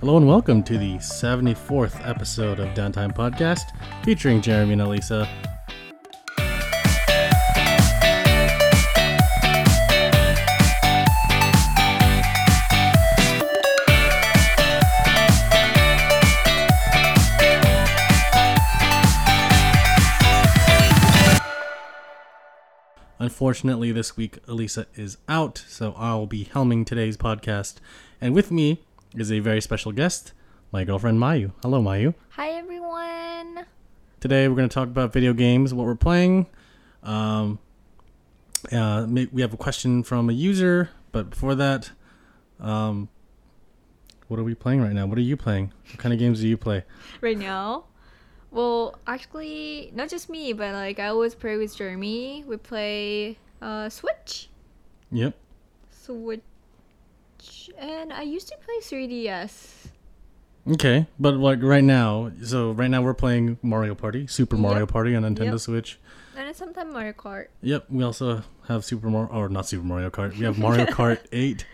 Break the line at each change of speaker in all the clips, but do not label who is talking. Hello and welcome to the 74th episode of Downtime Podcast featuring Jeremy and Elisa. Unfortunately, this week Elisa is out, so I'll be helming today's podcast. And with me is a very special guest, my girlfriend Mayu. Hello, Mayu.
Hi everyone.
Today we're going to talk about video games, what we're playing. Um, uh, ma- we have a question from a user, but before that, um, what are we playing right now? What are you playing? What kind of games do you play?
Right now, well, actually, not just me, but like I always play with Jeremy. We play uh, Switch,
Yep.
Switch, and I used to play 3DS.
Okay, but like right now, so right now we're playing Mario Party, Super Mario
Yep.
Party on Nintendo
Yep.
Switch.
And it's sometimes Mario Kart.
Yep, we also have Super Mario, or not Super Mario Kart. We have Mario Kart 8,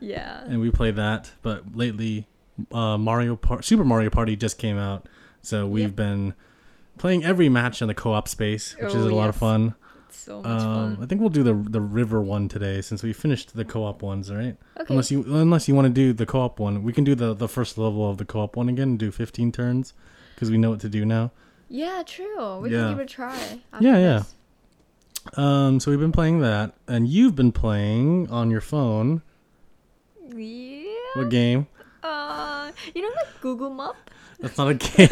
Yeah.
and we play that. But lately, uh, Mario Par- Super Mario Party just came out, so we've
Yep.
been playing every match in the co-op space, which is
Oh,
a lot of
yes.
fun.
It's so much
Um, I
fun.
think we'll do the the river one today since we finished the co-op ones, all right?
Okay.
Unless you unless you want to do the co-op one, we can do the the first level of the co-op one again and do 15 turns because we know what to do now.
Yeah, true. We
Yeah.
can give it a try. after
Yeah, yeah.
this.
Um, so we've been playing that, and you've been playing on your phone.
Yeah.
What game?
Uh, you know, like Google Map.
That's not a game.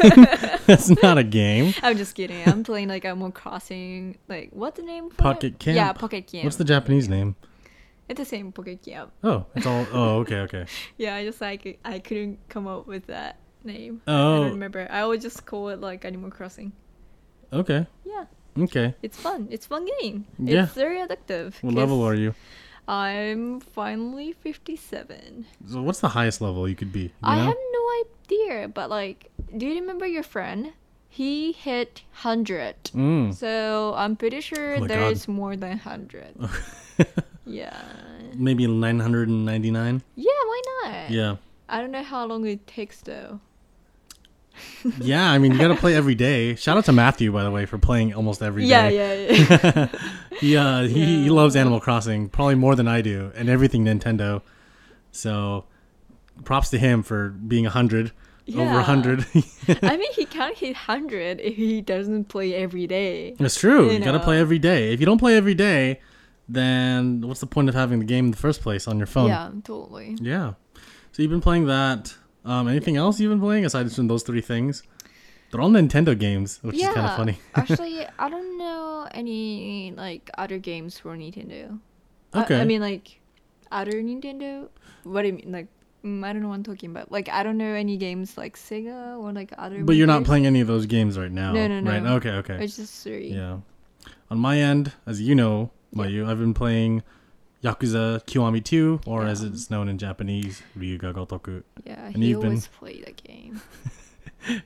That's not a game.
I'm just kidding. I'm playing like Animal Crossing. Like what's the name? For
Pocket
it? Yeah,
Camp.
Pocket Camp.
What's the Japanese name?
It's the same Pocket Camp.
Oh, it's all. Oh, okay, okay.
Yeah, I just like I couldn't come up with that name. I
Oh.
don't remember. I always just call it like Animal Crossing.
Oh, Okay,
Yeah,
okay.
it's fun. It's fun game.
Yeah.
It's very addictive.
What level are you?
I'm finally 57.
So what's the highest level you could be? You
I
know?
have no idea, but like, do you remember your friend? He hit 100.
Mm.
So I'm pretty sure
Oh my God.
there's more than 100. yeah.
Maybe 999.
Yeah, why not?
Yeah.
I don't know how long it takes though.
Yeah, I mean, you got to play every day. Shout out to Matthew, by the way, for playing almost every day.
Yeah, yeah, yeah.
He, uh, he, he
Yeah.
loves Animal Crossing probably more than I do and everything Nintendo. So props to him for being 100, over
Yeah.
100.
I mean, he can't hit 100 if he doesn't play every day.
It's true. You,
You
got to
know.
play every day. If you don't play every day, then what's the point of having the game in the first place on your phone?
Yeah, totally.
Yeah. So you've been playing that. Um, anything else you've been playing aside from those three things? They're all Nintendo games, which
yeah.
is kind of funny.
actually, I don't know any like other games for Nintendo. I-
Okay.
I, mean, like other Nintendo. What do you mean? Like, mm, I don't know what I'm talking about. Like, I don't know any games like Sega or like other.
But you're not
makers.
playing any of those games right now.
No, no,
Right?
no.
Okay, okay.
It's just three.
Yeah. On my end, as you know, Mayu, I've been playing Yakuza Kiwami 2, or as
Yeah.
it's known in Japanese, Ryuga Gotoku.
Yeah,
And
he
you've been-
always played that game.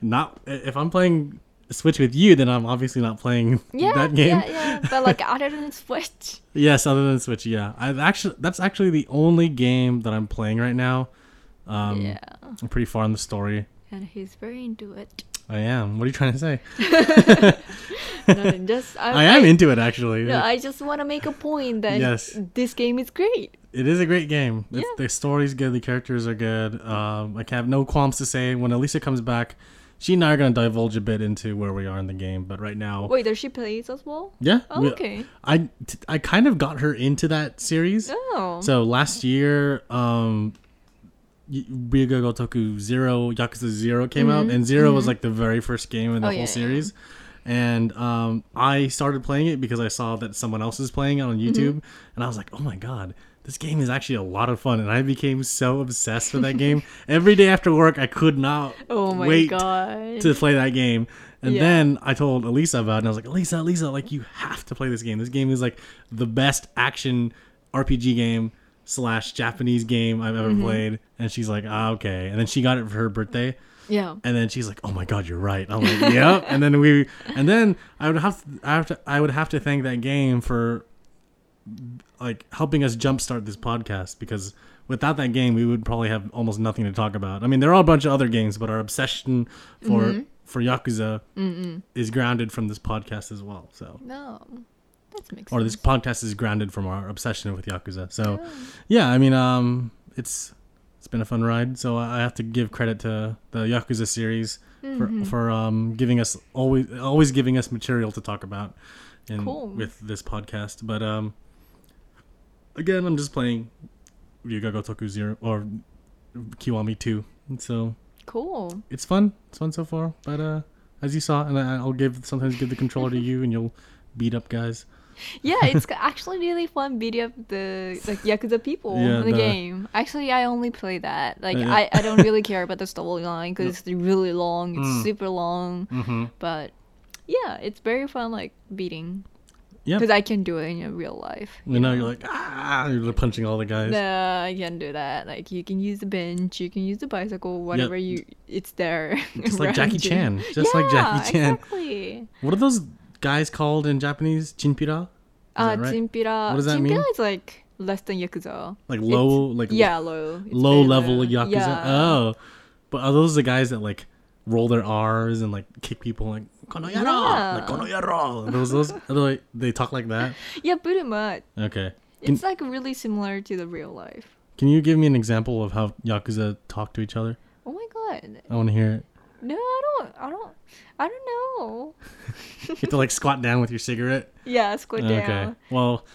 Not if I'm playing Switch with you, then I'm obviously not playing
Yeah,
that game.
yeah, yeah. But like other than Switch.
Yes, other than Switch, yeah. I've actually that's actually the only game that I'm playing right now. Um,
yeah,
I'm pretty far in the story.
and he's very into it.
I am. What are you trying to say?
Not just Oh,
I
I,
am into it actually.
No, I just want to make a point that
Yes.
this game is great.
it is a great game. It's,
Yeah.
The story's good. The characters are good. Um, I can have no qualms to say when Elisa comes back, she and I are going to divulge a bit into where we are in the game. But right now,
Wait, does she play it as well?
yeah,
Oh,
we-
okay.
I t- I kind of got her into that series.
Oh.
So last year, um, Y- Ryuga Gotoku Zero, Yakuza Zero came out, and 0 was like the very first game in the
Mm-hmm. Oh,
whole
yeah, yeah.
series. And um, I started playing it because I saw that someone else is playing it on
Mm-hmm.
YouTube, and I was like, oh my god. This game is actually a lot of fun, and I became so obsessed with that game. Every day after work, I could not
oh my
wait
god.
to play that game. And
Yeah.
then I told Elisa about it, and I was like, Elisa, Elisa, like, you have to play this game. This game is like the best action RPG game slash Japanese game I've ever played. And she's like, ah, okay. And then she got it for her birthday.
yeah.
And then she's like, "Oh my God, you're right." I'm like, "Yep." and then we, and then I would have to, I have to, I would have to thank that game for like helping us jumpstart this podcast because without that game, we would probably have almost nothing to talk about. I mean, there are a bunch of other games, but our obsession for for Yakuza is grounded from this podcast as well. So,
No, that makes
or
sense.
this podcast is grounded from our obsession with Yakuza. So, yeah, I mean, um, it's it's been a fun ride. So I I have to give credit to the Yakuza series for for um giving us always always giving us material to talk about, and
Cool.
with this podcast. But um, again, I'm just playing Ryuga Gotoku Zero or Kiwami Two, and so
Cool.
it's fun. It's fun so far. But uh, as you saw, and I, I'll give sometimes give the controller to you, and you'll beat up guys.
Yeah, it's actually really fun beating up the like Yakuza people
Yeah,
in the
the- Oh,
game. Actually, I only play that. Like,
Yeah.
I, I don't really care about the storyline because it's really long. It's
Mm.
super long.
Mm-hmm.
But yeah, it's very fun, like, beating.
Yeah.
Because I can do it in real life.
You know, you're like ah, you're punching all the guys.
No, I can do that. Like you can use the bench, you can use the bicycle, whatever you it's there.
Just like Jackie
around you.
Chan. Just like Jackie
Yeah,
Chan.
Exactly.
What are those guys called in Japanese? Chinpira? Is
Uh
that right?
Chimpira.
What does that mean?
Chimpira is like less than Yakuza.
Like low, like
Yeah, low. It's
low
very
level
low.
yakuza.
Yeah.
Oh, but are those the guys that like roll their R's and like kick people like konoyaro,
Yeah.
like konoyaro? Those those are they, like they talk like that.
Yeah, pretty much.
Okay. Can,
It's like really similar to the real life.
can you give me an example of how yakuza talk to each other?
Oh my god.
I want to hear it.
No, I don't I don't I don't know.
You have to like squat down with your cigarette.
Yeah, squat
Okay.
down.
Well,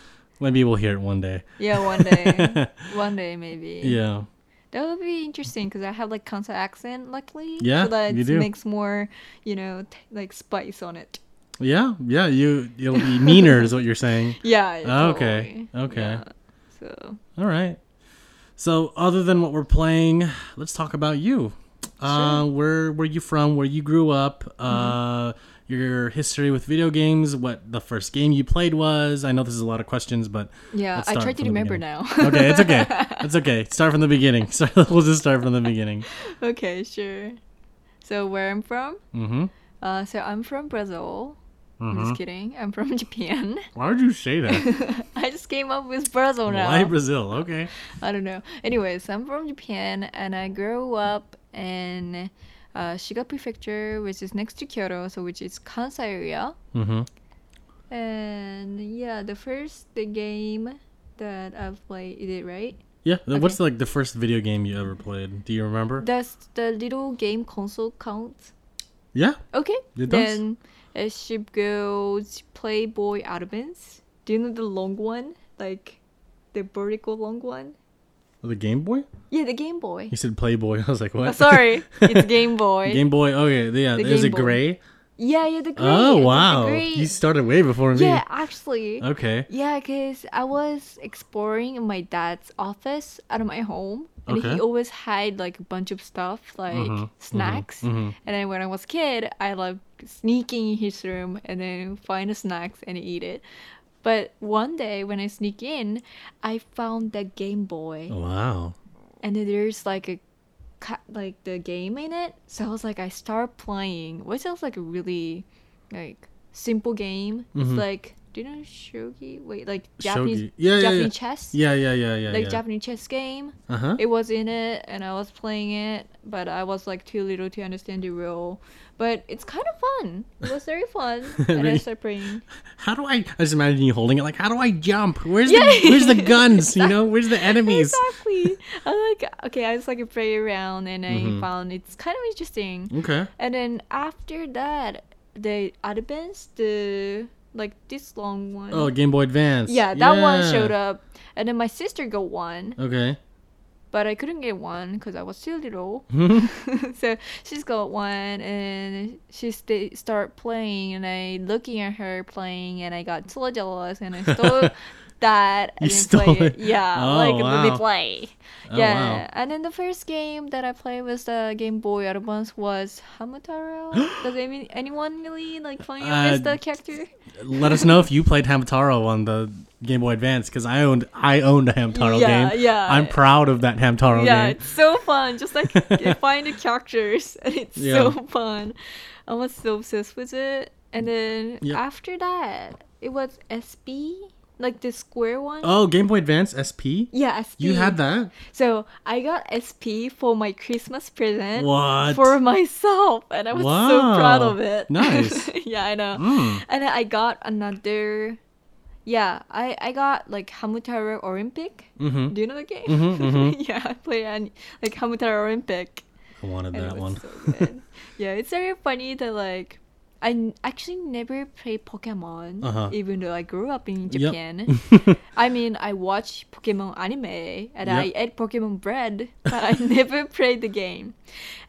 maybe we'll hear it one day.
Yeah, one day. one day maybe.
Yeah.
That would be interesting because I have like Kansa accent, luckily.
Yeah,
so that
you
it
do.
makes more, you know, t- like spice on it.
Yeah. Yeah. You you'll be meaner is what you're saying.
Yeah. yeah,
Oh, Okay,
totally.
okay.
Yeah. So
All right. So, other than what we're playing, let's talk about you. Uh, where were you from? Where you grew up? Uh,
Mm-hmm.
your history with video games? What the first game you played was? I know this is a lot of questions, but
yeah,
Let's
I
start
try to
from the
remember
beginning.
now.
okay, it's okay. It's okay. Start from the beginning. Start, we'll just start from the beginning.
okay, sure. So where I'm from?
Mm-hmm.
Uh, so I'm from Brazil. I'm
Uh-huh.
just kidding. I'm from Japan.
Why would you say that?
I just came up with Brazil now.
Why Brazil? Okay.
I don't know. Anyways, I'm from Japan and I grew up in uh, Shiga Prefecture, which is next to Kyoto, so which is Kansai area.
Mm-hmm.
And yeah, the first the game that I've played, is it right?
Yeah. then What's like the first video game you ever played? Do you remember?
Does the little game console count?
yeah.
Okay.
It does.
then it should go to Playboy Advance. Do you know the long one? Like the vertical long one?
The Game Boy.
Yeah, the Game Boy.
You said Playboy. I was like, what?
Oh, sorry, it's Game Boy.
Game Boy. Okay. Yeah.
The
Is
Game
it
Boy.
gray?
yeah, yeah, the gray.
Oh
the
wow!
gray-
You started way before me.
yeah, actually.
Okay.
Yeah, because I was exploring in my dad's office out of my home. And
Okay.
he always had like a bunch of stuff, like
Mhm,
snacks.
mhm.
And then when I was a kid, I loved sneaking in his room and then find the snacks and eat it. But one day when I sneak in, I found the Game Boy.
Wow.
And then there's like a ca- like the game in it. So I was like, I start playing, which sounds like a really like simple game. It's
Mhm.
like do you know shogi? Wait, like Japanese
Shogi. Yeah, yeah,
Japanese
yeah.
chess,
Yeah, yeah, yeah, yeah.
like
yeah.
Japanese chess game.
uh huh.
It was in it, and I was playing it, but I was like too little to understand the rule. But it's kind of fun. It was very fun, and I
Really?
started playing.
How do I? I just imagine you holding it. Like, how do I jump? Where's
Yeah.
the Where's the guns? You know, where's the enemies?
Exactly. I like okay. I just like play around, and I
Mm-hmm.
found it's kind of interesting.
Okay.
And then after that, the advance, the like this long one.
Oh, Game Boy Advance.
yeah, that one showed up. And then my sister got one,
Okay.
but I couldn't get one because I was too little.
Mhm.
so she's got one, and she sta start playing, and I looking at her playing, and I got so jealous, and I stole that and
You
then
stole
play
it.
Yeah,
Oh,
like we
wow.
play.
Oh,
yeah,
wow.
and then the first game that I played was the Game Boy Advance was Hamtaro. Does any, anyone really like familiar with
Uh,
the character?
Let us know if you played Hamtaro on the Game Boy Advance because I owned I owned a Hamtaro
Yeah,
game.
yeah.
I'm proud of that Hamtaro
Yeah,
game.
it's so fun. Just like you find the characters, and it's so fun. I was so obsessed with it. And then
Yeah.
after that, it was SB. like the square one.
Oh, Game Boy Advance SP.
Yeah, SP.
You had that?
So I got SP for my Christmas present
What?
for myself, and I was
Wow.
so proud of it.
Nice.
yeah, I know.
Mm.
And I got another. Yeah, I I got like Hamutaro Olympic.
Mhm.
Do you know the game?
Mhm, mhm.
yeah, I played an, like Hamutaro Olympic.
I wanted
and it
that
was
one.
so good. yeah, it's very funny that like I n- actually never played Pokemon,
Uh-huh.
even though I grew up
Yep.
in Japan. I mean, I watched Pokemon anime and I
Yep.
ate Pokemon bread, but I never played the game.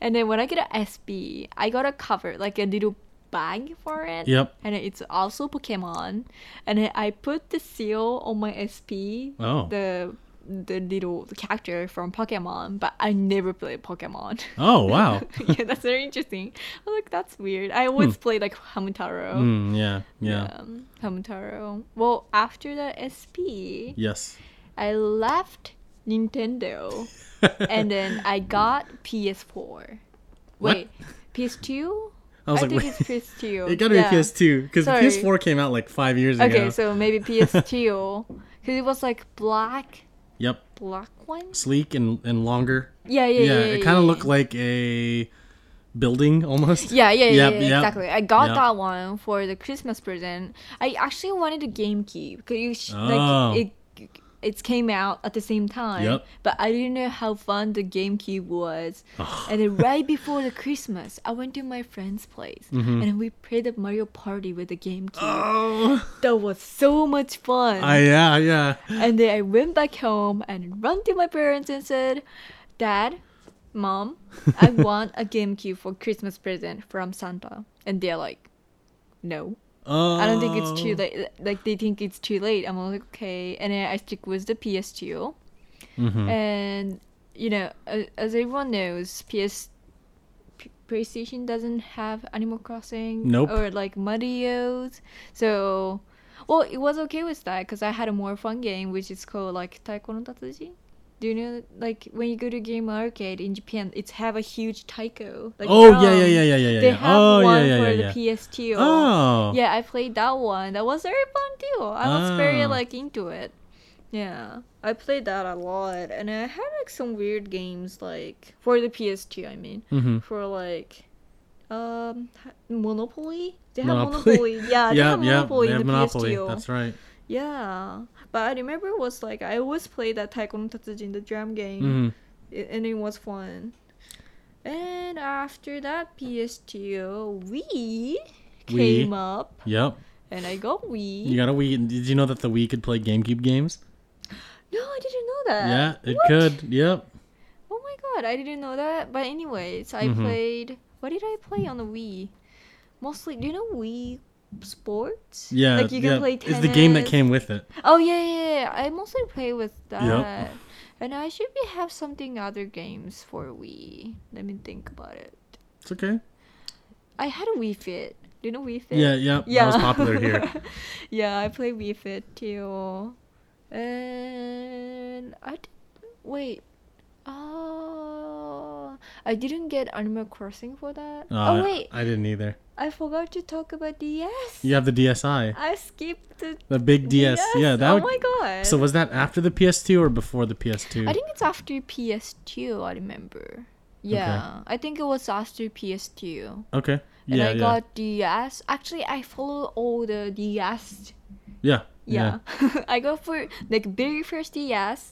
And then when I get an SB, I got a cover, like a little bag for it.
Yep.
And it's also Pokemon. And then I put the seal on my SP,
Oh.
the the little character from Pokemon, but I never played Pokemon.
Oh wow.
yeah, that's very interesting. I'm like, that's weird. I always play like Hamtaro.
Mm, yeah, yeah.
Um, Hamtaro. Well, after the SP,
Yes.
I left Nintendo and then I got PS4.
What?
Wait,
I
PS2?
was like,
think
wait.
it's PS2.
It got to be
Yeah.
PS2 because
Sorry.
PS4 came out like five years ago.
Okay, so maybe PS2. Because it was like black,
yep,
black one?
sleek and and longer.
Yeah, yeah,
Yeah,
yeah.
it kind of
yeah,
looked like a building almost.
Yeah, yeah,
Yep,
yeah, yeah,
yep.
exactly. I got
Yep.
that one for the Christmas present. I actually wanted a GameCube because you sh-
Oh.
like it. It came out at the same time,
Yep.
but I didn't know how fun the GameCube was.
Oh.
And then right before the Christmas, I went to my friend's place
Mm-hmm.
and then we played the Mario Party with the GameCube.
Oh.
That was so much fun.
I, yeah, yeah.
And then I went back home and run to my parents and said, Dad, Mom, I want a GameCube for Christmas present from Santa. And they're like, No,
Oh.
I don't think it's too late. Like, they think it's too late. I'm like, Okay. And then I stick with the PS2.
Mhm.
And, you know, a- as everyone knows, PS. P- PlayStation doesn't have Animal Crossing
Nope.
or like Mario's, so well, it was okay with that because I had a more fun game which is called like Taiko no Tatsuji. Do you know like when you go to game arcade in Japan, it's have a huge taiko. Like
Oh
drum.
yeah, yeah, yeah, yeah, yeah, yeah.
They
yeah.
have
oh
one
yeah, yeah, yeah,
for
yeah.
the PS2.
oh.
Yeah, I played that one. That was very fun too. I was very
Ah.
like into it. Yeah, I played that a lot, and I had like some weird games like for the PS2. I mean,
Mhm.
for like. Um, Monopoly. They have
Monopoly.
Monopoly. Yeah, Uh, they have
Yep, yep.
Monopoly
They
in
have
the
Monopoly.
PS2.
That's right.
Mm-hmm. Yeah, but I remember it was like I always played that Taiko no Tatsujin, the drum game,
Mhm.
i- and it was fun. And after that PS2, Wii came up,
Yep.
and I got Wii.
You got a Wii. Did you know that the Wii could play GameCube games?
No, I didn't know that.
yeah, it
What?
could. Yep.
Oh my god, I didn't know that. But anyways, I
Mhm.
played. What did I play on the Wii? Mostly, do you know Wii sports?
Yeah.
like you
yeah.
can play tennis.
It's the game that came with it.
Oh yeah, yeah, yeah. I mostly play with that. And I should be have something other games for Wii. Let me think about it.
It's okay.
I had a Wii Fit. Do you know Wii Fit?
Yeah, yeah. That was popular here.
yeah, I play Wii Fit too. And I did, wait. Oh, I didn't get Animal Crossing for that.
Uh,
oh wait,
I didn't either.
I forgot to talk about DS.
You have the DSi,
I skipped the
the big DS. Yeah, that.
oh
would,
my god.
So was that after the PS2 or before the PS2?
I think it's after PS2. I remember. Yeah, I think it was after PS2.
okay.
And
Yeah,
I
yeah.
got DS. Actually, I follow all the DS
yeah.
yeah. I go for like very first DS,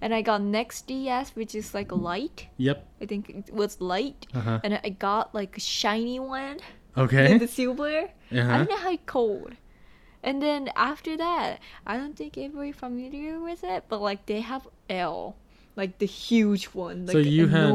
and I got next DS, which is like light.
Yep.
I think it was light,
Uh-huh.
and I got like a shiny one,
Okay.
the silver. I
Uh-huh.
don't know how it called. And then after that, I don't think everybody familiar with it, but like they have L, like the huge one,
So
like
you had-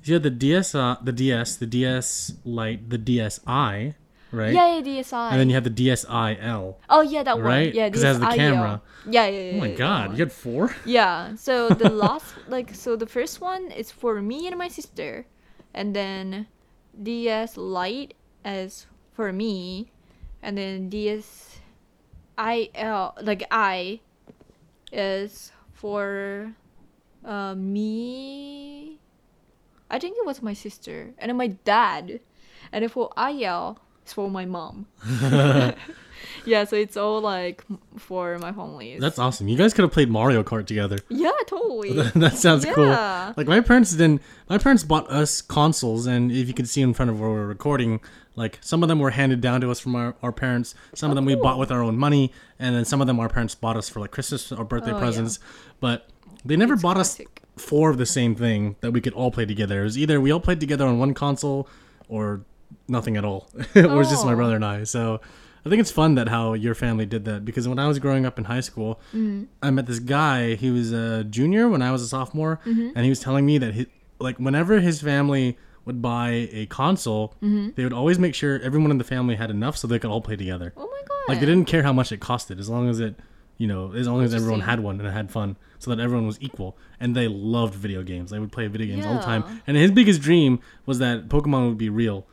So you had the DS, uh, the DS, the DS Lite, the DSi, right?
Yeah, yeah, DSi.
And then you had the DSiL.
oh yeah, that
Right?
one. Yeah,
'Cause it has the
DSi, yeah.
camera.
Yeah, yeah, yeah.
Oh my
yeah, that
God,
one.
you had four.
Yeah. So the last, like, so the first one is for me and my sister, and then DS Lite is for me, and then DS IL like I is for uh, me. I think it was my sister and then my dad, and then for IL is for my mom. yeah, so it's all like m- for my families.
That's awesome. You guys could have played Mario Kart together.
yeah, totally.
that sounds
Yeah.
cool. Like my parents didn't. My parents bought us consoles, and if you could see in front of where we're recording, like some of them were handed down to us from our, our parents. Some of
Oh,
them we bought with our own money, and then some of them our parents bought us for like Christmas or birthday
Oh, yeah.
presents. But they never bought
classic.
us four of the same thing that we could all play together. It was either we all played together on one console, or nothing at all. it was just my
Oh.
brother and I. So. I think it's fun that how your family did that because when I was growing up in high school, I met this guy. He was a junior when I was a sophomore, and he was telling me that he, like whenever his family would buy a console, they would always make sure everyone in the family had enough so they could all play together.
Oh my god.
Like they didn't care how much it costed, as long as it, you know, as long as everyone
Interesting.
had one and had fun, so that everyone was equal. And they loved video games. They would play video games all the
Yeah.
time. And his biggest dream was that Pokemon would be real.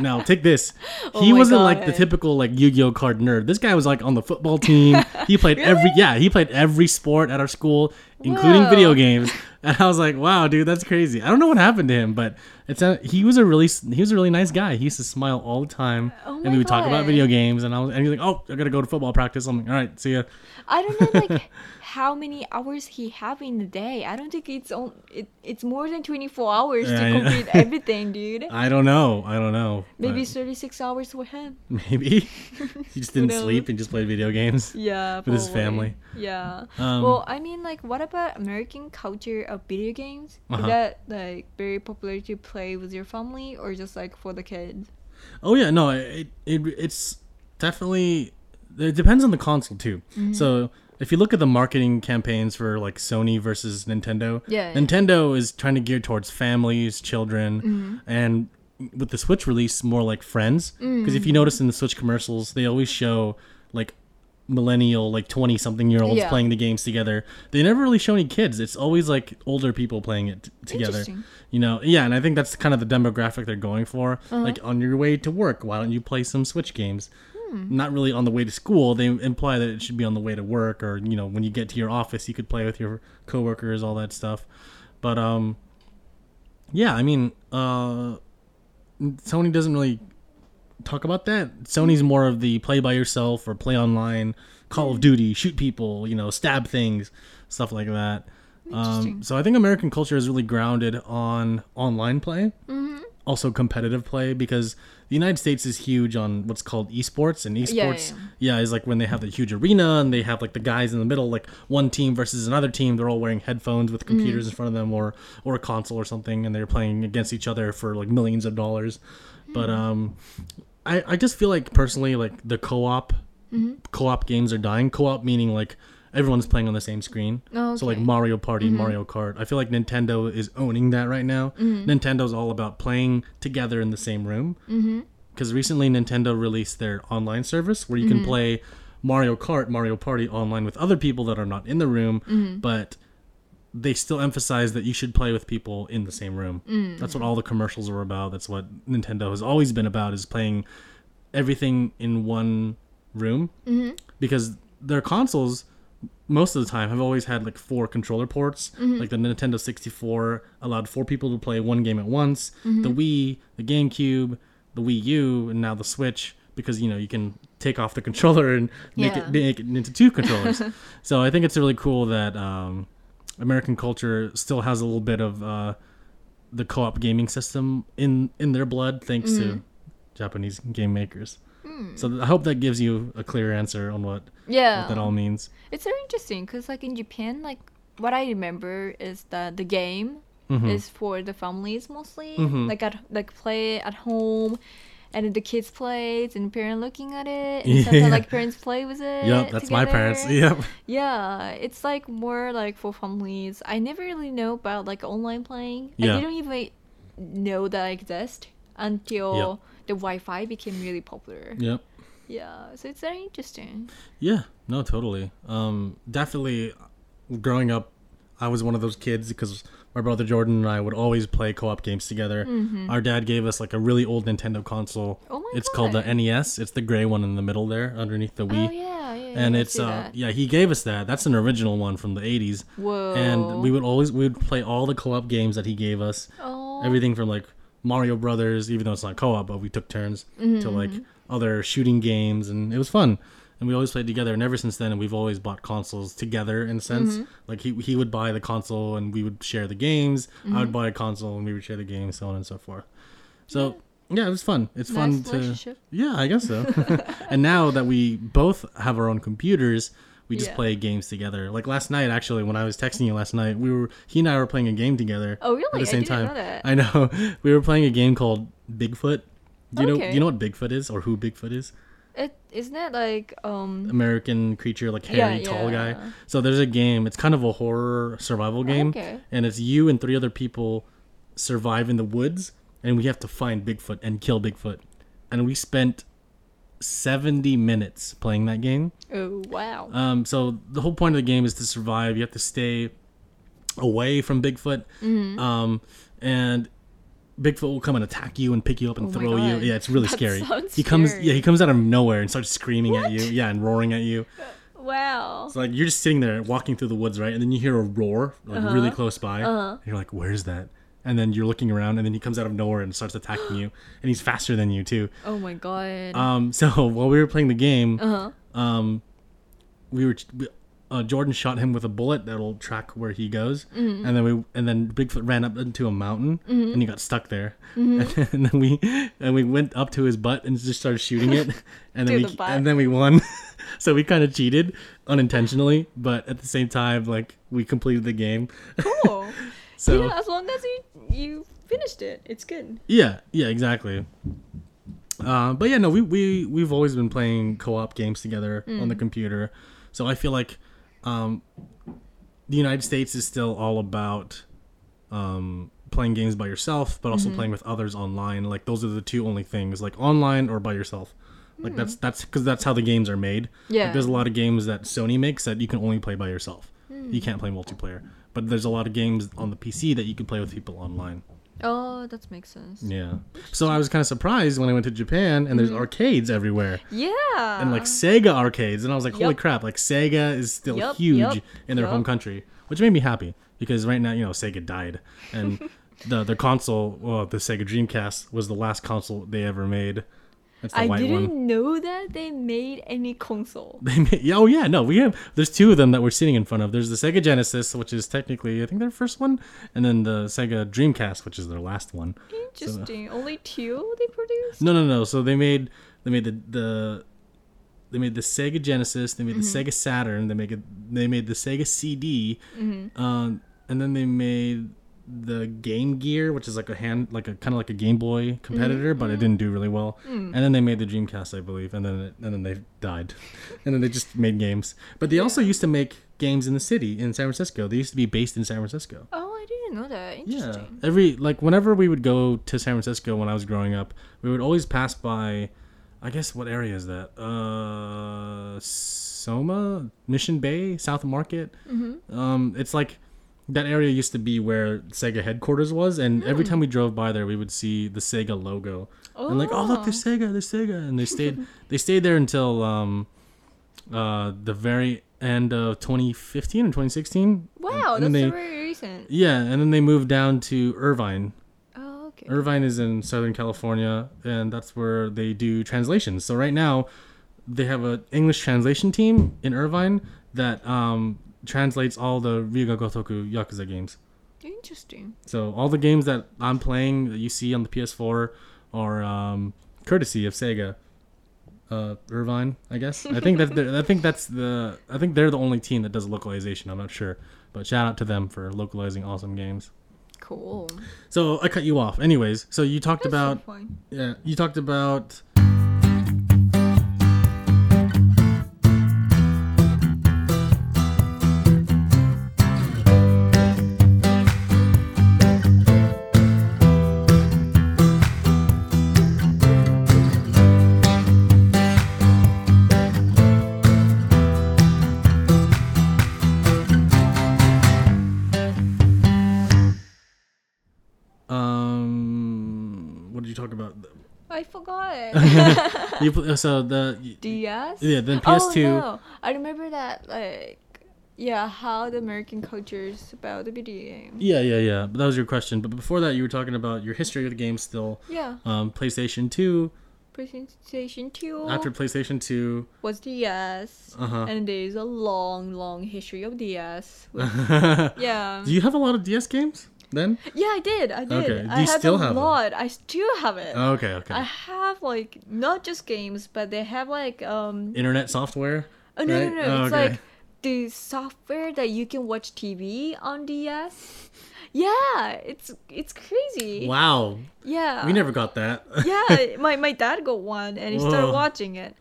Now take this.
Oh
he
my
wasn't like the
God.
typical like Yu-Gi-Oh card nerd. This guy was like on the football team. He played every yeah, he played every sport at our school, including
Whoa.
video games. And I was like, wow, dude, that's crazy. I don't know what happened to him, but it's a, he was a really s- he was a really nice guy. He used to smile all the time,
Oh
and
my
we would talk about
God.
video games. And I was and he's like, oh, I gotta go to football practice. I'm like, all right, see ya.
I don't know like how many hours he have in the day. I don't think it's on. It, it's more than twenty four hours
Yeah, I
to
know.
complete everything, dude.
I don't know, I don't know.
Maybe
but
thirty six hours for him.
maybe he just didn't
knows?
sleep and just played video games.
Yeah,
With his
probably.
family.
Yeah.
Um,
well, I mean, like, what about American culture of video games?
Uh-huh.
Is that like very popular to play with your family or just like for the kids?
Oh yeah, no, it, it it's definitely it depends on the console too.
Mm-hmm.
So if you look at the marketing campaigns for like Sony versus Nintendo,
Yeah, yeah.
Nintendo is trying to gear towards families, children,
Mm-hmm.
and with the Switch release, more like friends. Because
Mm.
if you notice in the Switch commercials, they always show like millennial, like twenty something year olds
Yeah.
playing the games together. They never really show any kids. It's always like older people playing it t- together.
Interesting.
You know, yeah, and I think that's kind of the demographic they're going for. Like on your way to work, why don't you play some Switch games? Not really on the way to school. They imply that it should be on the way to work, or you know, when you get to your office, you could play with your coworkers, all that stuff. But um, yeah, I mean, uh, Sony doesn't really talk about that. Sony's more of the play by yourself or play online, Call of Duty, shoot people, you know, stab things, stuff like that. Um,
Interesting.
so I think American culture is really grounded on online play,
Mm-hmm.
also competitive play, because the United States is huge on what's called esports, and
yeah,
esports, yeah, is like when they have the huge arena and they have like the guys in the middle, like one team versus another team. They're all wearing headphones with
Mm.
computers in front of them, or or a console or something, and they're playing against each other for like millions of dollars. But um, I, I just feel like personally like the co-op
Mm-hmm.
co-op games are dying co-op meaning like everyone's playing on the same screen
Oh,
so like
okay.
mario party mario kart i feel like nintendo is owning that right now
Mm-hmm.
nintendo's all about playing together in the same room
Mm-hmm.
because recently nintendo released their online service where you
Mm-hmm.
can play mario kart mario party online with other people that are not in the room
Mm-hmm.
but they still emphasize that you should play with people in the same room. That's what all the commercials were about. That's what Nintendo has always been about is playing everything in one room because their consoles most of the time have always had like four controller ports. Like the Nintendo 64 allowed four people to play one game at once. The Wii, the GameCube, the Wii U, and now the Switch because you know you can take off the controller and make
Yeah.
it make it into two controllers. so I think it's really cool that um, American culture still has a little bit of uh, the co-op gaming system in in their blood thanks to Japanese game makers.
Hmm.
So th- I hope that gives you a clear answer on what,
Yeah.
what that all means.
It's very interesting because, like, in Japan, like, what I remember is that the game
Mm-hmm.
is for the families mostly. Like, at, like play at home, and then the kids play, and parent looking at it, and sometimes
Yeah.
like parents play with it.
Yep, that's my parents.
together.
Yep.
Yeah, it's like more like for families. I never really know about like online playing. Like,
Yeah.
I didn't even know that I exist until the Wi-Fi became really popular.
Yep.
Yeah, so it's very interesting.
Yeah. No, totally. Um, definitely. Growing up, I was one of those kids because my brother Jordan and I would always play co-op games together. Our dad gave us like a really old Nintendo console.
Mm-hmm. Oh my
it's called the
God.
NES. It's the gray one in the middle there, underneath the Wii.
Oh yeah, yeah.
and
I
it's
see
uh
that.
yeah he gave us that that's an original one from the 80s
Whoa.
and we would always we would play all the co-op games that he gave us
oh,
everything from like Mario Brothers, even though it's not co-op, but we took turns
Mm-hmm.
to like other shooting games, and it was fun. And we always played together. And ever since then, we've always bought consoles together. In a sense,
Mm-hmm.
like he he would buy the console, and we would share the games. I
Mm-hmm.
would buy a console, and we would share the games, so on and so forth. So yeah, it was fun. It's
Nice
fun to
relationship.
yeah, I guess so. and now that we both have our own computers, we just
Yeah.
play games together. Like last night, actually, when I was texting you last night, we were he and I were playing a game together.
Oh, really?
At
I
the same
didn't
time,
know that.
I know we were playing a game called Bigfoot. Do you know? Do
Okay.
you know what Bigfoot is, or who Bigfoot is?
It isn't it like um
American creature, like
Yeah,
hairy, tall guy.
yeah.
So there's a game. It's kind of a horror survival game,
okay.
and it's you and three other people survive in the woods, and we have to find Bigfoot and kill Bigfoot. And we spent seventy minutes playing that game.
oh wow.
Um, so the whole point of the game is to survive. You have to stay away from Bigfoot,
Mm-hmm.
um, and Bigfoot will come and attack you and pick you up and
Oh my
throw you.
God.
Yeah, it's really
That
scary.
sounds
He comes,
scary.
yeah, he comes out of nowhere and starts screaming at you, yeah, and roaring at you.
wow.
It's like you're just sitting there walking through the woods, right? And then you hear a roar like
Uh-huh.
really close by. And you're like, "Where's that?" And then you're looking around, and then he comes out of nowhere and starts attacking you. And he's faster than you too.
Oh my god.
Um, so while we were playing the game,
Uh-huh.
um, we were we- uh, Jordan shot him with a bullet that'll track where he goes,
Mm-hmm.
and then we and then Bigfoot ran up into a mountain and he got stuck there,
Mm-hmm.
and, then we and we went up to his butt and just started shooting it, and then
To
we
the butt.
and then we won, so we kind of cheated unintentionally, but at the same time like we completed the game,
cool.
so
yeah, as long as you you finished it, it's good.
yeah yeah exactly. Uh, but yeah, no, we we we've always been playing co-op games together on the computer, so I feel like um, the United States is still all about um, playing games by yourself, but also playing with others online. Like those are the two only things, like online or by yourself. Like that's that's because that's how the games are made.
Yeah.
like, there's a lot of games that Sony makes that you can only play by yourself. You can't play multiplayer. But there's a lot of games on the PC that you can play with people online.
Oh, that makes sense.
Yeah. So I was kind of surprised when I went to Japan and there's
Mm-hmm.
arcades everywhere
Yeah.
and like Sega arcades and I was like, holy
Uh-huh. Yup.
crap! Like Sega is still
Yup,
huge
yup,
in their home
yup.
country, which made me happy because right now you know Sega died and the their console, well, the Sega Dreamcast was the last console they ever made. That's the
I
white
didn't
one.
know that they made any console.
They made, yeah, oh yeah, no, we have. There's two of them that we're sitting in front of. There's the Sega Genesis, which is technically I think their first one, and then the Sega Dreamcast, which is their last one.
Interesting. Only two they produced.
No, no, no. So they made they made the the they made the Sega Genesis, they made the Sega Saturn, they make it they made the Sega CD, um, and then they made the Game Gear, which is like a hand like a kind of like a Game Boy competitor, but it didn't do really well. And then they made the Dreamcast, I believe, and then it, and then they died, and then they just made games. But they also used to make games in the city in San Francisco. They used to be based in San Francisco.
Oh, I didn't know that.
Yeah.
Interesting.
Every like whenever we would go to San Francisco when I was growing up, we would always pass by I guess what area is that? Uh Soma, Mission Bay, South Market.
Mm-hmm.
Um it's like that area used to be where Sega headquarters was and
Hmm.
every time we drove by there we would see the Sega logo. And like, oh look,
Oh.
there's Sega, there's Sega and they stayed they stayed there until um uh the very end of 2015 or 2016.
Wow,
and then
that's
they-
very recent.
Yeah, and then they moved down to Irvine.
Oh, okay.
Irvine is in Southern California, and that's where they do translations. So right now, they have an English translation team in Irvine that um, translates all the Ryuga Gotoku Yakuza games.
Interesting.
So all the games that I'm playing that you see on the PS4 are um, courtesy of Sega. Uh, Irvine, I guess. I think that I think that's the I think they're the only team that does localization. I'm not sure, but shout out to them for localizing awesome games.
Cool.
So I cut you off. Anyways, so you talked about
That's so fun.
yeah, you talked about um what did you talk about?
I forgot.
You pl- uh, so the
DS.
yeah, then
Oh,
PS2.
no. I remember that like yeah, how the American culture is about the video game.
Yeah, yeah, yeah. But that was your question. But before that, you were talking about your history of the game still.
Yeah,
Um, PlayStation 2.
PlayStation 2
After PlayStation 2.
was DS,
Uh-huh.
and there is a long, long history of DS. With, yeah,
Do you have a lot of DS games then?
yeah, I did, I did.
Okay, do
I
you
had
still
a
have it?
lot. I still have it.
Oh, okay, okay.
I have like not just games, but they have like um.
Internet software.
Oh no
right?
no no!
Oh,
it's
okay.
like the software that you can watch TV on DS. Yeah, it's it's crazy.
Wow.
Yeah.
We never got that.
Uh, yeah, my, my dad got one and he started
Whoa.
watching it.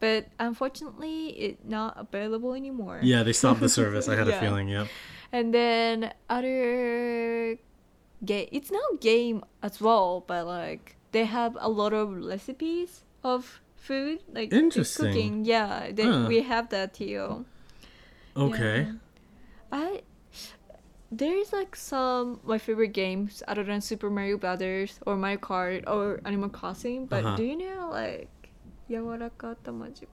But unfortunately, it's not available anymore.
yeah, they stopped the service. I had
Yeah.
a feeling. Yep.
And then other game, it's not game as well, but like they have a lot of recipes of food, like the
Interesting.
cooking. Yeah, they,
Huh.
we have that too.
Okay.
Yeah. I there's like some my favorite games other than Super Mario Brothers or Mario Kart or Animal Crossing, but
Uh-huh.
do you know like Yawarakata Majiku?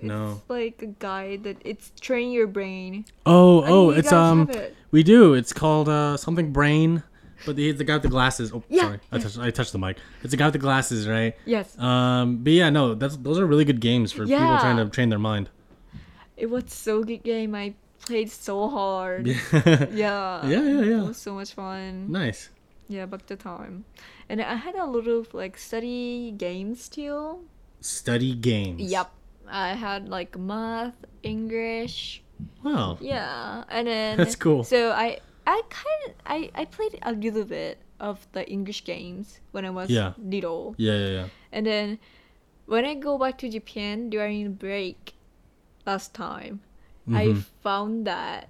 No.
It's like a guide that it's train your brain.
Oh,
I mean,
oh,
you
it's
guys
um,
have it.
we do. It's called uh something brain, but the the guy with the glasses. Oh,
Yeah,
sorry, I touched I touched the mic. It's the guy with the glasses, right?
Yes.
Um, but yeah, no, that's those are really good games for people
Yeah.
trying to train their mind.
it was so good game. I played so hard. Yeah.
yeah,
Yeah,
yeah,
It
yeah.
was so much fun.
Nice.
Yeah, back the time. And I had a lot of like study games too.
Study games.
Yep. I had like math, English.
Wow.
Yeah. And then
That's cool.
So I I kind of I, I played a little bit of the English games when I was
Yeah.
little.
Yeah, yeah, yeah.
And then when I go back to Japan during the break last time, I
Mhm.
found that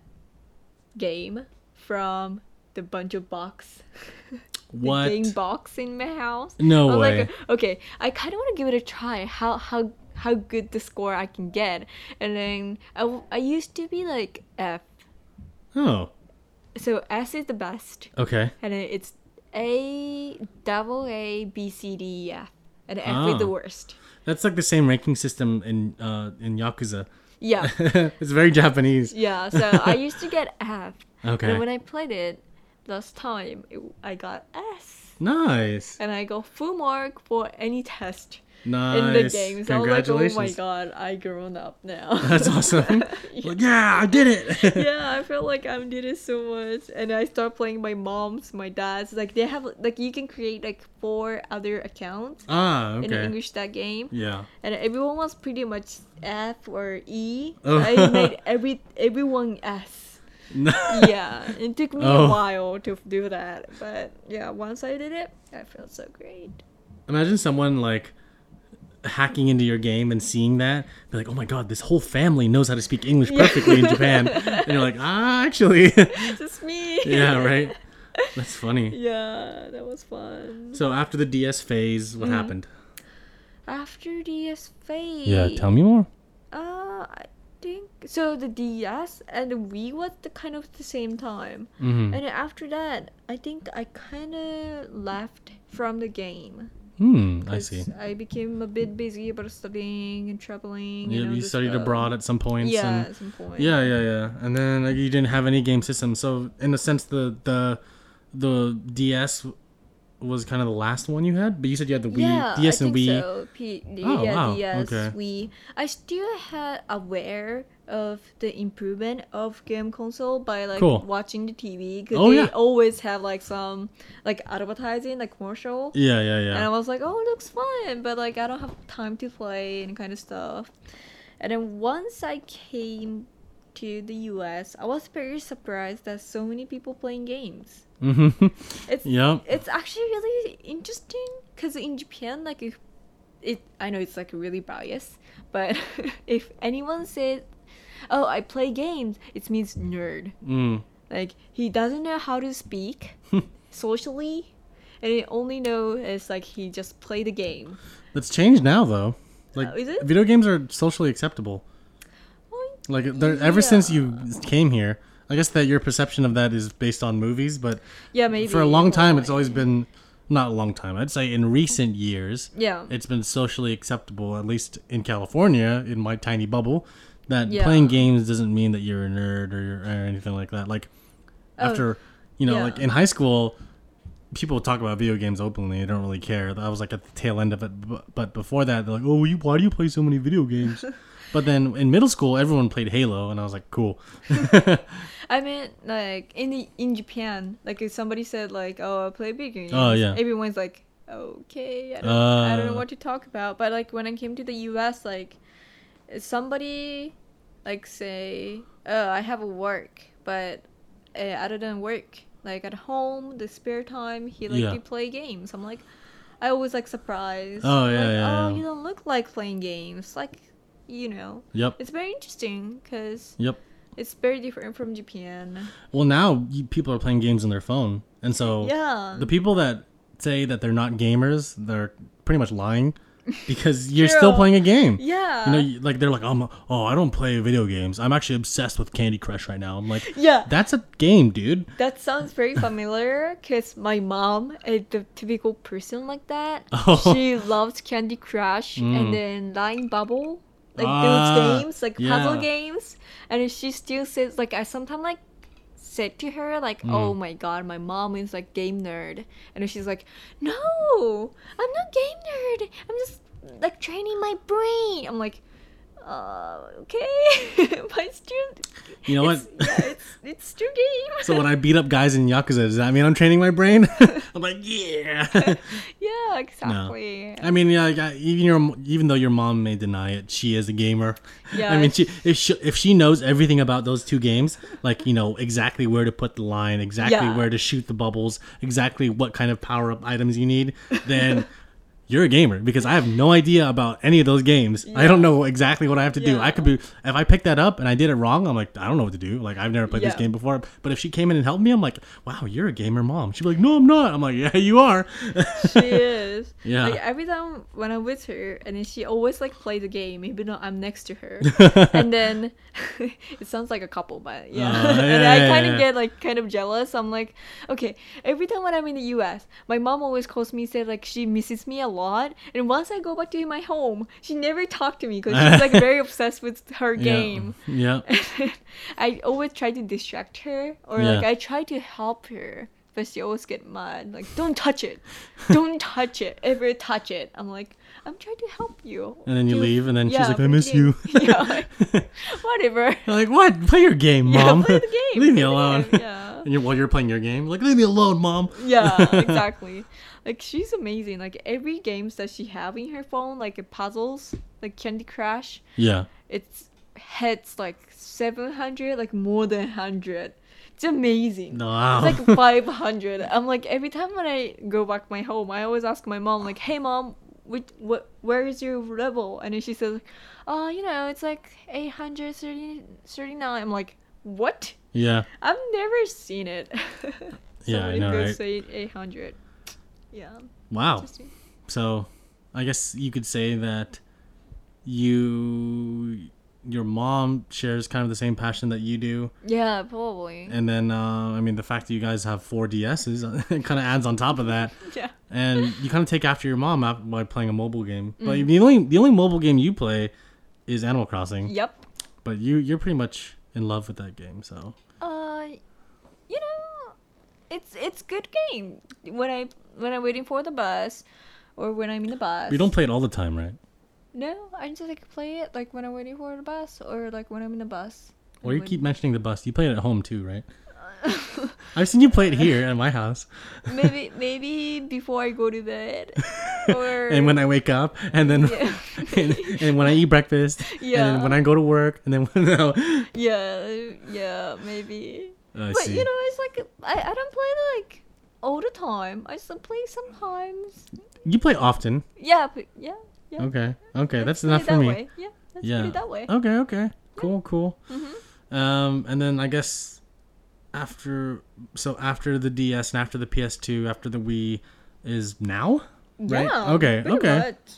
game from the bunch of box.
What?
The game box in my house.
No
I was
way.
like, uh, okay, I kind of want to give it a try. How how how good the score I can get, and then I, w- I used to be like F,
oh,
so S is the best,
okay.
and then it's A double A B C D E, F, and F is the
Ah.
worst.
That's like the same ranking system in uh in Yakuza.
Yeah,
it's very Japanese.
yeah. So I used to get F,
Okay.
and when I played it last time, it, I got S,
nice.
and I got full mark for any test.
Nice.
In the games, I was like, oh
Congratulations.
my god, I grown up now.
That's awesome.
Yeah.
Like, yeah, I did it.
yeah, I felt like I'm doing so much, and I start playing my mom's, my dad's. Like they have like you can create like four other accounts
Ah, okay.
in English that game,
Yeah.
and everyone was pretty much F or E.
Oh.
I made every everyone S. Yeah, it took me a
Oh.
while to do that, but yeah, once I did it, I felt so great.
Imagine someone like hacking into your game and seeing that. Be like, oh my god, this whole family knows how to speak English perfectly in Japan. And you're like, ah, actually.
Just me.
yeah, right. That's funny.
Yeah, that was fun.
So after the DS phase,
Mm-hmm.
what happened?
After DS Fate.
me more.
Uh, I think so. The DS and the Wii was the kind of the same time,
Mm-hmm.
and then after that, I think I kind of left from the game.
Hmm, I
'cause
see.
I became a bit busy about studying and traveling.
You,
and all
you
this
studied
stuff.
abroad at some points.
uh, Yeah,
And,
at some point.
Yeah, yeah, yeah. And then like, you didn't have any game system, so in a sense, the the the DS was kind of the last one you had. But you said you had the Wii,
Yeah,
DS,
I
and
think
Wii.
so. P-
Oh,
yeah,
wow,
DS,
okay.
Wii. I still had aware of the improvement of game console by like
Cool.
watching the TV because
Oh,
they
yeah.
always have like some like advertising, like commercial.
Yeah, yeah,
And I
yeah.
was like, oh, it looks fun, but like I don't have time to play and kind of stuff. And then once I came to the US, I was very surprised that so many people playing games.
Mm-hmm.
It's
yep.
it's actually really interesting because in Japan, like if it, I know it's like really biased, but if anyone says, "Oh, I play games," it means nerd.
Mm.
Like he doesn't know how to speak socially, and he only know is like he just play the game.
That's changed now, though. Like,
Oh, is it?
video games are socially acceptable.
Oh,
Like, they're- ever since
Yeah.
you came here, I guess that your perception of that is based on movies, but
Yeah, maybe
for a long time, it's
why.
always been not a long time. I'd say in recent years,
yeah.
it's been socially acceptable, at least in California, in my tiny bubble, that
Yeah.
playing games doesn't mean that you're a nerd or, you're- or anything like that. Like
Oh,
after you know,
yeah.
like in high school, people talk about video games openly. They don't really care. That was like at the tail end of it. But, but before that, they're like, "Oh, you, why do you play so many video games?" but then in middle school, everyone played Halo, and I was like, "Cool."
I mean, like in the, in Japan, like if somebody said like, "Oh, I play video games,"
Oh, yeah.
everyone's like, "Okay, I don't, I don't know
Uh.
what to talk about." But like when I came to the U.S., like somebody like say, "Oh, I have a work," but uh, other than work, like at home, the spare time, he like
Yeah.
to play games. I'm like, I always like surprised.
Oh,
I'm
yeah,
like,
yeah,
Oh,
yeah.
you don't look like playing games. Like, you know,
yep.
it's very interesting because.
Yep.
It's very different from Japan.
Well, now you, people are playing games on their phone, and so
Yeah.
the people that say that they're not gamers, they're pretty much lying because you're still
True.
playing a game.
yeah.
You know, you- like they're like, "I'm oh, I don't play video games. I'm actually obsessed with Candy Crush right now." I'm like,
yeah.
"That's a game, dude."
That sounds very familiar because my mom is the typical person like that.
Oh.
She loves Candy Crush
Mm.
and then Lying Bubble. Like
Ah,
those games, like puzzle
yeah.
games. And she still says, like, I sometimes like said to her, like,
Mm.
oh my god, my mom is like game nerd. And she's like, no, I'm not game nerd. I'm just like training my brain. I'm like, uh, okay. my student.
You know
it's,
what?
yeah, it's, it's still game.
so when I beat up guys in Yakuza, does that mean I'm training my brain? I'm like, yeah.
Yeah, exactly.
I mean, yeah, like, I- even your even though your mom may deny it, she is a gamer.
Yeah.
I mean, she if she if she knows everything about those two games, like you know exactly where to put the line, exactly
Yeah.
where to shoot the bubbles, exactly what kind of power up items you need, then. You're a gamer because I have no idea about any of those games. I don't know exactly what I have to do.
Yeah.
I could be if I picked that up and I did it wrong, I'm like, I don't know what to do. Like I've never played this
Yeah.
game before. But if she came in and helped me, I'm like, wow, you're a gamer mom. She'd be like, no, I'm not. I'm like, yeah, you are.
she is.
Yeah.
Like every time when I'm with her, and then she always like play the game, even though I'm next to her. and then it sounds like a couple, but yeah.
Oh,
and
yeah,
I
yeah,
kind of
yeah.
get like kind of jealous. I'm like, okay. Every time when I'm in the U.S., my mom always calls me, said like she misses me a lot. And once I go back to my home, she never talked to me because she's like very obsessed with her
Yeah.
game.
Yeah.
I always try to distract her or
Yeah.
like I try to help her, but she always get mad. Like, don't touch it, don't touch it, ever touch it. I'm like, I'm trying to help you.
And then you
Do-
leave, and then she's like,
but
"I miss
you-
you."
yeah, whatever.
You're like, what? Play your game,
Yeah,
mom.
play the game.
Leave
play
me
the
alone.
game, Yeah.
And you're, while you're playing your game, like, leave me alone, mom.
yeah, exactly. Like she's amazing. Like every games that she have in her phone, like puzzles, like Candy Crush,
Yeah.
it's hits like 700 like more than 100 it's amazing
Wow.
it's like 500 i'm like every time when i go back my home i always ask my mom like hey mom which, what, where is your level and then she says oh you know it's like 839 i'm like what
yeah.
i've never seen it
Yeah, I
Somebody
know,
goes
right? Oh.
say 800 yeah
Wow.
interesting.
So, I guess you could say that you, your mom shares kind of the same passion that you do,
yeah probably
and then uh, I mean the fact that you guys have four DSs it kind of adds on top of that.
yeah
and you kind of take after your mom af- by playing a mobile game.
Mm.
But the only the only mobile game you play is Animal Crossing.
yep
But you you're pretty much in love with that game, so
Uh, you know, it's it's good game. When I when I'm waiting for the bus, or when I'm in the bus.
you don't play it all the time, right?
No, I just like play it like when I'm waiting for the bus, or like when I'm in the bus.
Or
And
you
when-
keep mentioning the bus. You play it at home too, right? I've seen you play it here at my house,
maybe maybe before I go to bed, or
and when I wake up, and then
yeah,
and, and when I eat breakfast, and
Yeah.
then when I go to work, and then when no.
yeah, yeah, maybe.
I
but
see.
you know, it's like I I don't play it, like all the time. I still play sometimes.
you play often.
Yeah, but yeah, yeah.
Okay, okay,
Let's
that's
put
enough
it
for
that
me. Oh,
Way. Yeah, let's put it that way.
Okay, okay. Cool, cool.
Mm-hmm.
Um, and then I guess after so after the DS and after the PS2, after the Wii is now? Right?
Yeah.
Okay,
pretty
okay.
much.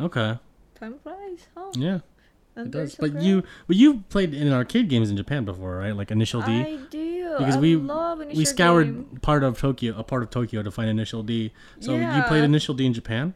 Okay.
Time flies, huh?
Yeah.
I'm
It
very
does. But
surprised.
you but you played in arcade games in Japan before, right? Like Initial D.
I do.
because
I
we-
love initial
we scoured
Game.
part of Tokyo, a part of Tokyo to find Initial D. So you
Yeah.
played Initial D in Japan?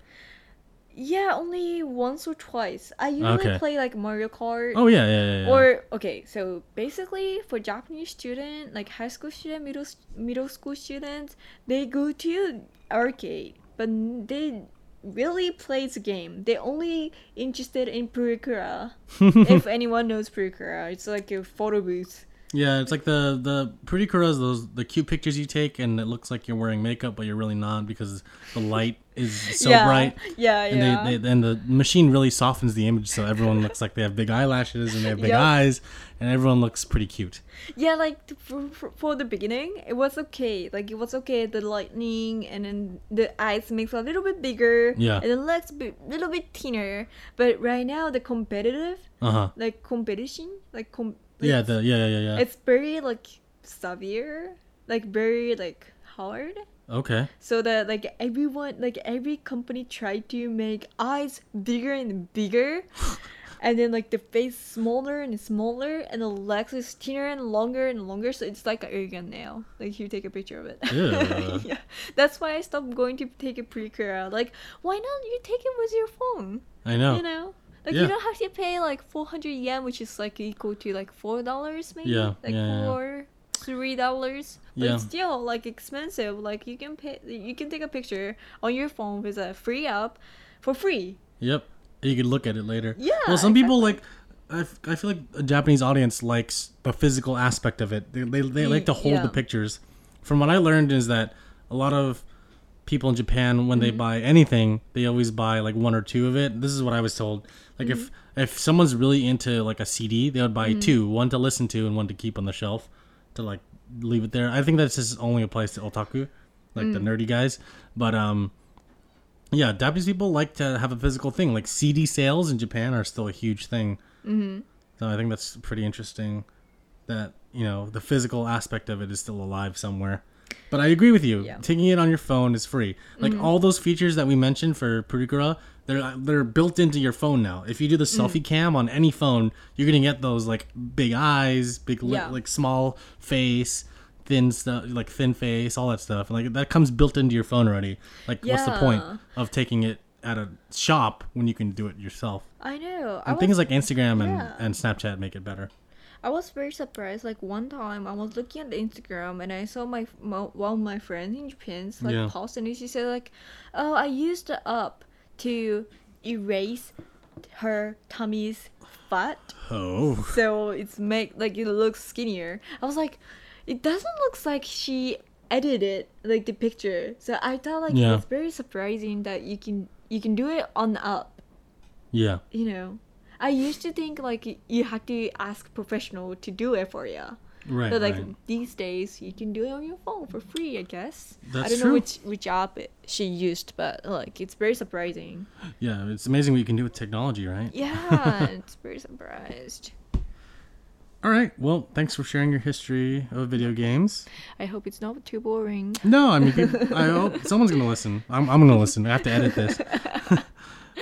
Yeah, only once or twice. I usually
Okay.
play like Mario Kart.
Oh yeah, yeah, yeah. yeah.
Or okay, so basically for Japanese student, like high school student, middle s- middle school students, they go to arcade, but n- they really play the game. They only interested in Purikura. if anyone knows Purikura, it's like a photo booth.
yeah, it's like the the pretty kuras, those the cute pictures you take, and it looks like you're wearing makeup, but you're really not because the light is so
yeah,
bright.
Yeah,
And
yeah.
they, they and the machine really softens the image, so everyone looks like they have big eyelashes and they have big
Yep.
eyes, and everyone looks pretty cute.
yeah like t- for, for, for the beginning it was okay like it was okay the lightning and then the eyes makes a little bit bigger
Yeah.
and the legs a little bit thinner but right now the competitive
Uh huh.
like competition like com- like,
Yeah. The yeah yeah yeah. yeah.
it's very like severe like very like hard
Okay.
so that like everyone like every company tried to make eyes bigger and bigger and then like the face smaller and smaller and the legs is thinner and longer and longer so it's like an organ now like you take a picture of it
Ew.
yeah that's why i stopped going to take a pre-cura like why not you take it with your phone
I know.
you know
Oh.
like
Yeah.
you don't have to pay like 400 yen which is like equal to like four dollars maybe
Yeah, yeah,
like
yeah, yeah.
four three dollars but
Yeah.
it's still like expensive like you can pay you can take a picture on your phone with a free app for free
Yep. You could look at it later.
Yeah,
Well, some people like. I, f- I feel like a Japanese audience likes the physical aspect of it. They they, they like to hold
yeah.
the pictures. From what I learned is that a lot of people in Japan when
Mm-hmm.
they buy anything, they always buy like one or two of it. This is what I was told. Like if
Mm-hmm.
if someone's really into like a CD, they would buy two, one to listen to and one to keep on the shelf to like leave it there. I think that's just only applies to otaku, like the
Mm.
nerdy guys. But um yeah, Japanese people like to have a physical thing. Like CD sales in Japan are still a huge thing. Mm-hmm. So I think that's pretty interesting that, you know, the physical aspect of it is still alive somewhere. But I agree with you.
Yeah. Mm-hmm.
Taking it on your phone is free. Like all those features that we mentioned for Purikura, they're they're built into your phone now. If you do the
Mm.
selfie cam on any phone, you're gonna get those like big eyes, big li-
Yeah.
like small face, thin stuff, like thin face, all that stuff. Like that comes built into your phone already. Like what's the point
Yeah.
of taking it at a shop when you can do it yourself?
i know I
And
was,
things like Instagram and,
yeah.
and Snapchat make it better.
I was very surprised like one time i was looking at the instagram and i saw my mo- one of my friends in japan like
Yeah.
post and she said like oh i used the app to erase her tummy's fat
Oh.
so it's make like it looks skinnier. I was like, it doesn't look like she edited like the picture. So I thought like
Yeah.
it's very surprising that you can you can do it on up.
Yeah.
You know, I used to think like y- you had to ask professional to do it for you.
Right.
But like
right.
these days, you can do it on your phone for free. I guess I
That's
don't
true.
know which which app it, she used, but like it's very surprising.
Yeah, it's amazing what you can do with technology, right?
Yeah, it's very surprised.
All right. Well, thanks for sharing your history of video games.
I hope it's not too boring.
No, I mean, people, I hope someone's gonna listen. I'm, I'm gonna listen. I have to edit this.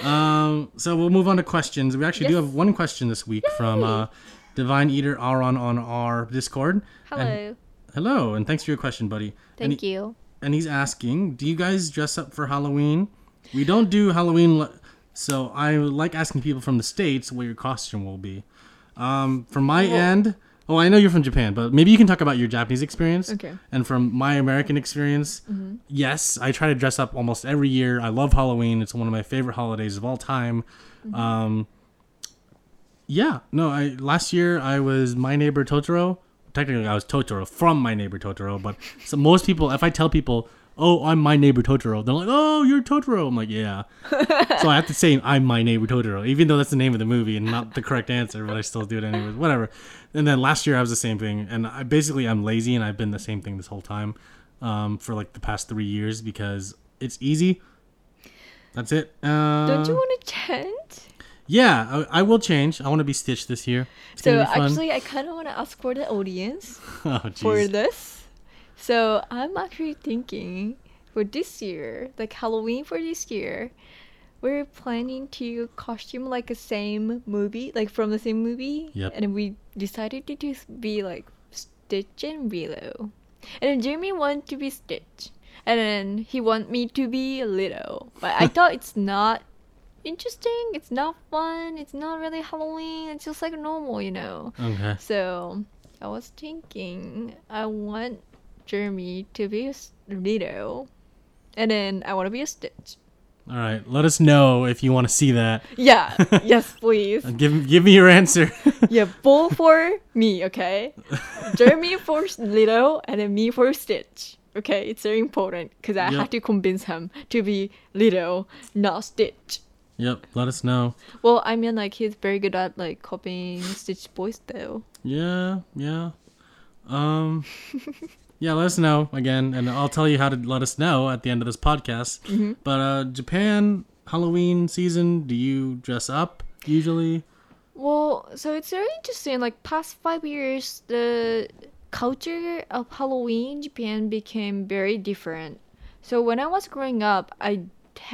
um, so we'll move on to questions. We actually do
Yes.
have one question this week from uh, Divine Eater Aron on our Discord.
Hello.
And, hello, and thanks for your question, buddy. and
Thank you.
and he's asking, do you guys dress up for Halloween? We don't do Halloween, li- so I like asking people from the states what your costume will be. Um, from my end, oh, I know you're from Japan, but maybe you can talk about your Japanese experience.
Okay.
And from my American experience, yes, I try to dress up almost every year. I love Halloween; it's one of my favorite holidays of all time. Um, yeah, no, I last year I was my neighbor Totoro. Technically, I was Totoro from my neighbor Totoro, but so most people, if I tell people, "Oh, I'm my neighbor Totoro," they're like, "Oh, you're Totoro." I'm like, "Yeah." so I have to say, "I'm my neighbor Totoro," even though that's the name of the movie and not the correct answer, but I still do it anyways. Whatever. And then last year I was the same thing, and I basically I'm lazy and I've been the same thing this whole time, um, for like the past three years because it's easy. That's it. Uh,
Don't you want to chant?
yeah, I, I will change. I want to be Stitch this year. It's
So
gonna be fun.
actually, I kind of want to ask for the audience
oh,
for
jeez.
this. So I'm actually thinking for this year, like Halloween for this year, we're planning to costume like a same movie, like from the same movie.
Yep.
And we decided to just be like Stitch and Willow. And then Jeremy wanted to be Stitch. And then he wanted me to be Little. But I thought it's not interesting. It's not fun. It's not really Halloween. It's just like normal, you know.
Okay.
So I was thinking, I want Jeremy to be a s- Rito, and then I want to be a Stitch.
All right. Let us know if you want to see that.
Yeah. yes, please.
And Give give me your answer.
Yeah, bull for me, okay? Jeremy for Lilo and then me for Stitch. Okay, it's very important because I
Yep.
have to convince him to be Lilo, not Stitch.
yep. Let us know.
Well, I mean, like he's very good at like copying Stitch voice though.
Yeah, yeah. Um Yeah, let us know again and I'll tell you how to let us know at the end of this podcast.
Mm-hmm.
But uh Japan Halloween season, do you dress up usually?
Well, so it's very interesting. Like past five years, the culture of Halloween in Japan became very different. So when I was growing up, I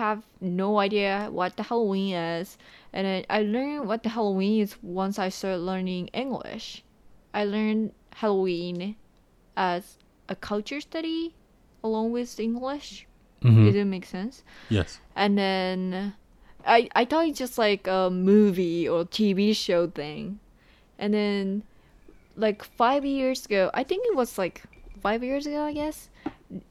have no idea what the Halloween is, and I, I learned what the Halloween is once I started learning English. I learned Halloween as a culture study along with English. Did it make sense?
Yes.
and then I I thought it's just like a movie or TV show thing, and then like five years ago, I think it was like five years ago, I guess.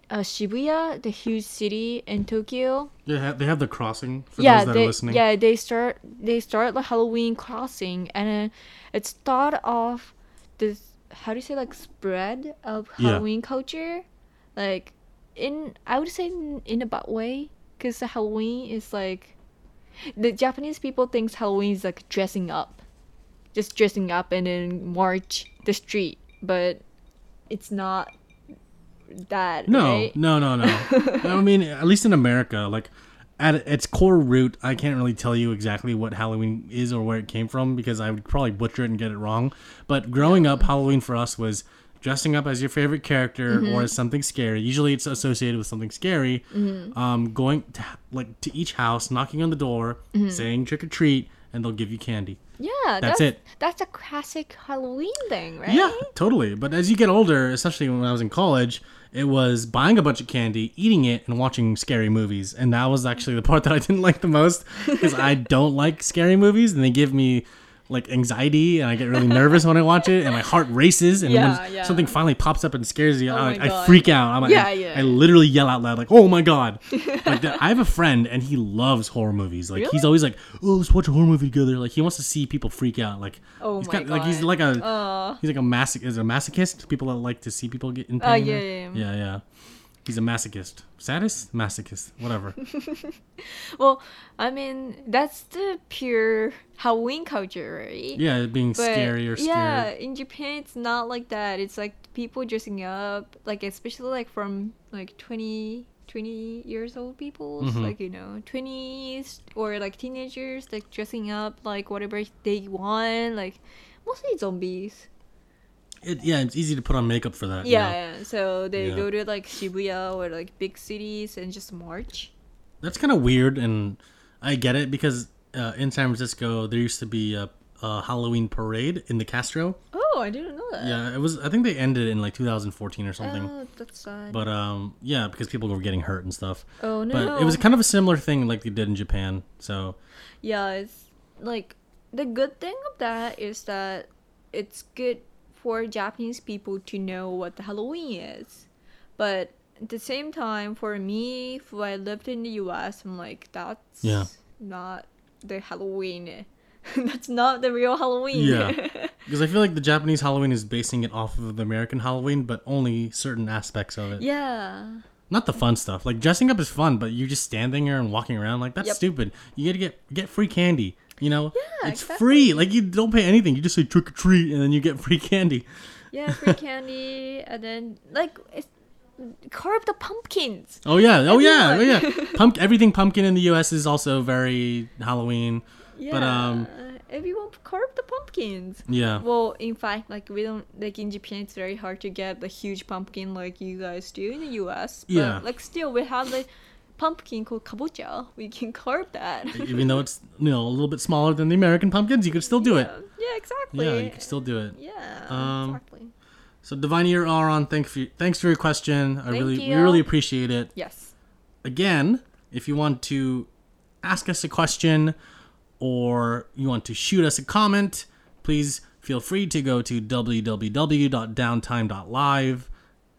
Uh, Shibuya, the huge city in Tokyo.
They have, they have the crossing for
yeah,
those that
they,
are listening.
yeah, they start they start the Halloween crossing, and then it started off this how do you say like spread of
Yeah.
Halloween culture, like in I would say in, in a bad way because Halloween is like the Japanese people thinks Halloween is like dressing up, just dressing up and then march the street, but it's not that
No,
right?
no, no, no. I mean, at least in America, like at its core root, I can't really tell you exactly what Halloween is or where it came from because I would probably butcher it and get it wrong. But growing up, Halloween for us was dressing up as your favorite character or as something scary. Usually, it's associated with something scary. Um, going to, like to each house, knocking on the door, saying trick or treat, and they'll give you candy.
yeah,
That's it.
That's a classic Halloween thing, right?
Yeah, totally. But as you get older, especially when I was in college, it was buying a bunch of candy, eating it, and watching scary movies. And that was actually the part that I didn't like the most because I don't like scary movies, and they give me like anxiety, and I get really nervous when I watch it, and my heart races. And
Yeah,
when
yeah. Oh
something finally pops up and scares you, I,
my
I
God.
freak out. I'm like,
Yeah,
I,
yeah.
I literally yell out loud, like, "Oh my god!" like that, I have a friend, and he loves horror movies. Like he's always like, "Oh, let's watch a horror movie together." Like he wants to see people freak out. Like
Oh
he's
my
got- like he's
God.
like a he's like a masoch is a masochist. People that like to see people get in pain.
Oh,
or-
yeah, yeah, yeah.
yeah, yeah. He's a masochist, sadist, masochist, whatever.
Well, I mean, that's the pure Halloween culture, right?
Yeah, being
But,
scary or scared.
Yeah, in Japan, it's not like that. It's like people dressing up, like especially like from like 20, 20 years old people,
Mhm.
like you know, twenties or like teenagers, like dressing up like whatever they want, like mostly zombies.
It, yeah, it's easy to put on makeup for that. you
Yeah,
know?
yeah. so they
Yeah.
go to like Shibuya or like big cities and just march.
that's kind of weird, and I get it because uh, in San Francisco there used to be a, a Halloween parade in the Castro.
Oh, I didn't know that.
Yeah, it was. I think they ended in like 2014 or something.
Oh, that's sad.
But um, yeah, because people were getting hurt and stuff.
oh no.
But it was kind of a similar thing like they did in Japan. So
yeah it's like the good thing of that is that it's good for japanese people to know what the halloween is but at the same time for me who i lived in the us i'm like that's
Yeah.
not the halloween that's not the real halloween
Yeah. Because I feel like the Japanese Halloween is basing it off of the American Halloween, but only certain aspects of it.
yeah
Not the fun stuff. Like dressing up is fun, but you just standing there and walking around like that's
Yep.
stupid. You gotta get get free candy. You know,
Yeah,
it's free.
exactly.
Like you don't pay anything. You just say trick or treat, and then you get free candy.
yeah free candy and then like it's carve the pumpkins
Oh yeah, oh yeah, oh yeah. Pump everything pumpkin in the U.S. is also very Halloween.
yeah
um,
everyone carve the pumpkins
Yeah,
Well, in fact, like we don't like in Japan, it's very hard to get the huge pumpkin like you guys do in the U.S. But,
Yeah.
Like still, we have the pumpkin called kabocha. We can carve that.
even though it's you know a little bit smaller than the American pumpkins, you could still do it.
yeah, yeah, exactly.
Yeah, you could still do it.
Yeah,
Um,
exactly.
So Divine Ear Auron, thanks for thanks for your question. I
Thank
really we
you.
really appreciate it.
Yes.
Again, if you want to ask us a question or you want to shoot us a comment, please feel free to go to www.downtime.live,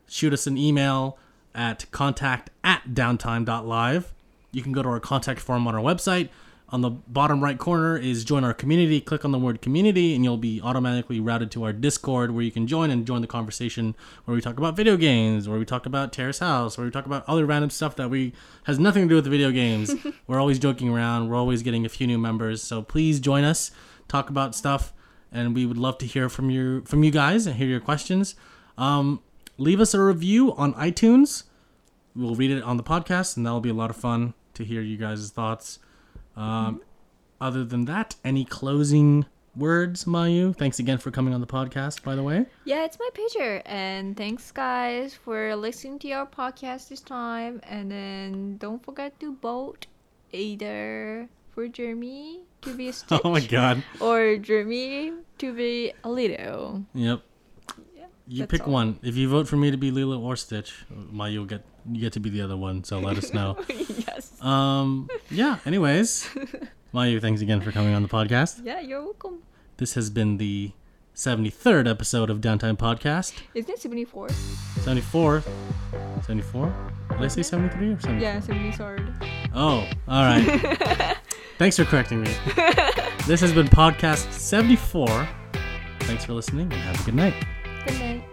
shoot us an email at contact at downtime.live. You can go to our contact form on our website. On the bottom right corner is join our community. Click on the word community, and you'll be automatically routed to our Discord where you can join and join the conversation where we talk about video games, where we talk about Terrace House, where we talk about other random stuff that we has nothing to do with the video games. we're always joking around, we're always getting a few new members. So please join us, talk about stuff, and we would love to hear from you from you guys and hear your questions. Um, leave us a review on iTunes we'll read it on the podcast, and that'll be a lot of fun to hear you guys' thoughts. Um, Other than that, any closing words, Mayu? Thanks again for coming on the podcast, by the way.
Yeah, it's my picture. And thanks, guys, for listening to our podcast this time. And then don't forget to vote either for Jeremy to be a Stitch
Oh my god.
or Jeremy to be a Lilo.
Yep. You
that's
pick
all.
one. If you vote for me to be Lilo or Stitch, Mayu will get you get to be the other one. So let us know.
yes.
um. Yeah. Anyways, Mayu, thanks again for coming on the podcast.
Yeah, you're welcome.
This has been the seventy third episode of Downtime Podcast.
Isn't it 74?
74. 74? Did I say 73 or 74?
Yeah, 70 sword.
Oh, all right. Thanks for correcting me. This has been podcast 74. Thanks for listening and have a good night.
Good night.